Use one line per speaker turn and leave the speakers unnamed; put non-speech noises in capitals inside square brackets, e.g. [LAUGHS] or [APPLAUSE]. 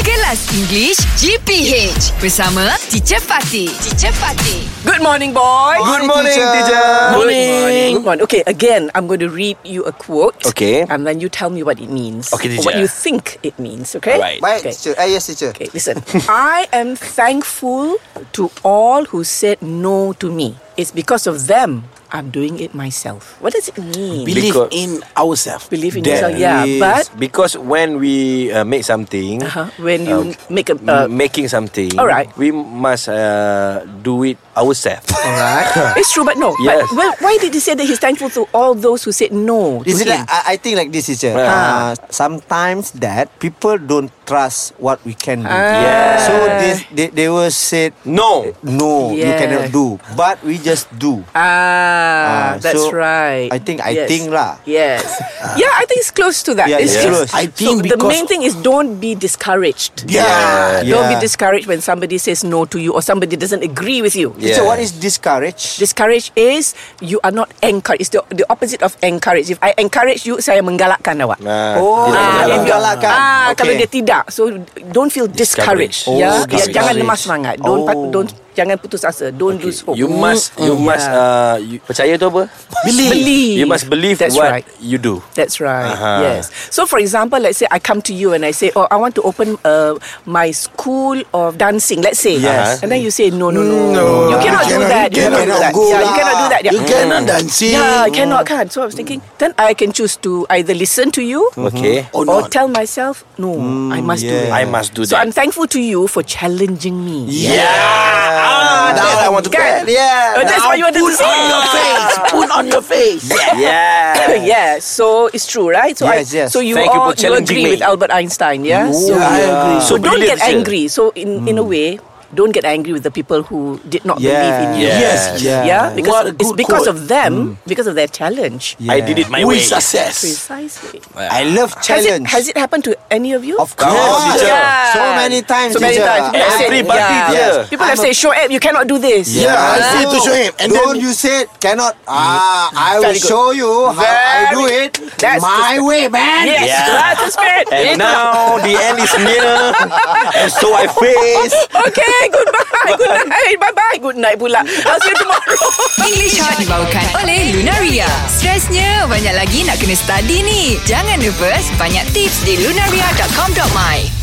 Kelas English GPH bersama Teacher Fatih. Teacher Fatih.
Good morning, boys.
Good morning, teacher.
morning. Good morning. Okay, again, I'm going to read you a quote.
Okay.
And then you tell me what it means.
Okay,
Or what
teacher.
you think it means, okay?
Alright.
Baik,
Okay.
teacher. Ah, yes, teacher.
Okay, listen. [LAUGHS] I am thankful to all who said no to me. It's because of them I'm doing it myself. What does it mean?
Believe
Because-
in ourselves.
Believe in yourself.
That
Yeah,
is-
but
Because when we uh, make something,
uh-huh, when you
Okay. Mm.
make a.
m-
Uh,
making something,
alright.
we must uh, do it ourselves. Alright.
it's true, but no.
Yes.
But, well, why did he say that he's thankful to all those who said no?
Is
to
it
him?
like, I, I think like this, teacher.
Ah.
Uh, sometimes that people don't trust what we can do.
Ah.
Yeah.
So they, they, they will say,
[LAUGHS]
Oh.
no.
no, you
Yeah.
cannot do. But we just do.
Ah,
Ah,
that's
so
right.
I think- I think lah. [LAUGHS]
Yes. yeah, I think it's close to that.
Yeah,
it's
it's
it's-
close.
I
So
think
the
because
main thing is don't be discouraged.
Yeah.
Don't be
Yeah.
discouraged when somebody says no to you or somebody doesn't agree with you.
Yeah.
Teacher, what is discourage?
Discourage is you are not encouraged. It's the, the opposite of encourage. If I encourage you, saya menggalakkan awak.
Ah,
Oh,
Ah, if
tidak mengalah.
you-
menggalakkan.
Ah,
Okay.
kalau dia tidak. So don't feel discouraged.
Discouraged.
Oh,
yeah?
discouraged.
Yeah, jangan lemah semangat. Don't pat-
Oh.
don't jangan putus asa. Don't lose hope.
You must You
Mm,
must
yeah.
uh, you, Percaya tu apa?
Believe. Believe.
You must believe
That's
What
right.
you do
That's right.
Aha.
Yes. So, for example, let's say I come to you and I say, "Oh, I want to open uh, my school of dancing." Let's say,
Yes.
and then you say, "No, no, no, you cannot do that.
you
cannot do
cannot
that.
go
yeah, you
lah.
cannot do that. Yeah.
You cannot dancing.
Yeah, I cannot, can't. So I was thinking, then I can choose to either listen to you
Mm-hmm.
Okay
Or
or
not.
tell myself, "No, I must do it."
I must do
So
that
I'm thankful to you for challenging me. Ah,
Yeah
Now I want to
Kan?
Yeah.
Uh, that's what you wanted to say.
on your face. Put on your face.
[LAUGHS]
Yeah
yeah, so it's true, right? So
Yes, yes.
So you
Thank you
all
for challenging
agree
me.
with Albert Einstein, yeah? so,
I
agree.
So,
So
Ah. don't get
brilliant, sir.
angry. So in in a way, don't get angry with the people who did not
Yeah.
believe in you.
Yes.
Yeah,
Yeah.
because
What a
it's
good
because
quote.
of them, because of their challenge.
I did it my
With
way
success.
Precisely.
I love
Has it,
challenge.
has it happened to any of you? Ah,
Of course, teacher.
Yes,
Yeah.
So many times,
So many
teacher.
times. People have said-
Everybody,
yeah.
teacher.
People have said, show up, you cannot do this. Uh,
Yeah, I say to show him. And
Don't
then Mm.
you say it, cannot. Ah, I will
Very good.
show you how I
Very-
do it
That's the-
my way, man.
Yes, Ah,
Yeah.
that's the spirit.
And
Yeah.
now the end is near And so I face
Okay, goodbye. Good night. Bye-bye. Good night pula. I'll see you tomorrow.
English Hot dibawakan oleh Lunaria. Stresnya banyak lagi nak kena study ni. Jangan nervous, banyak tips di lunaria.com.my.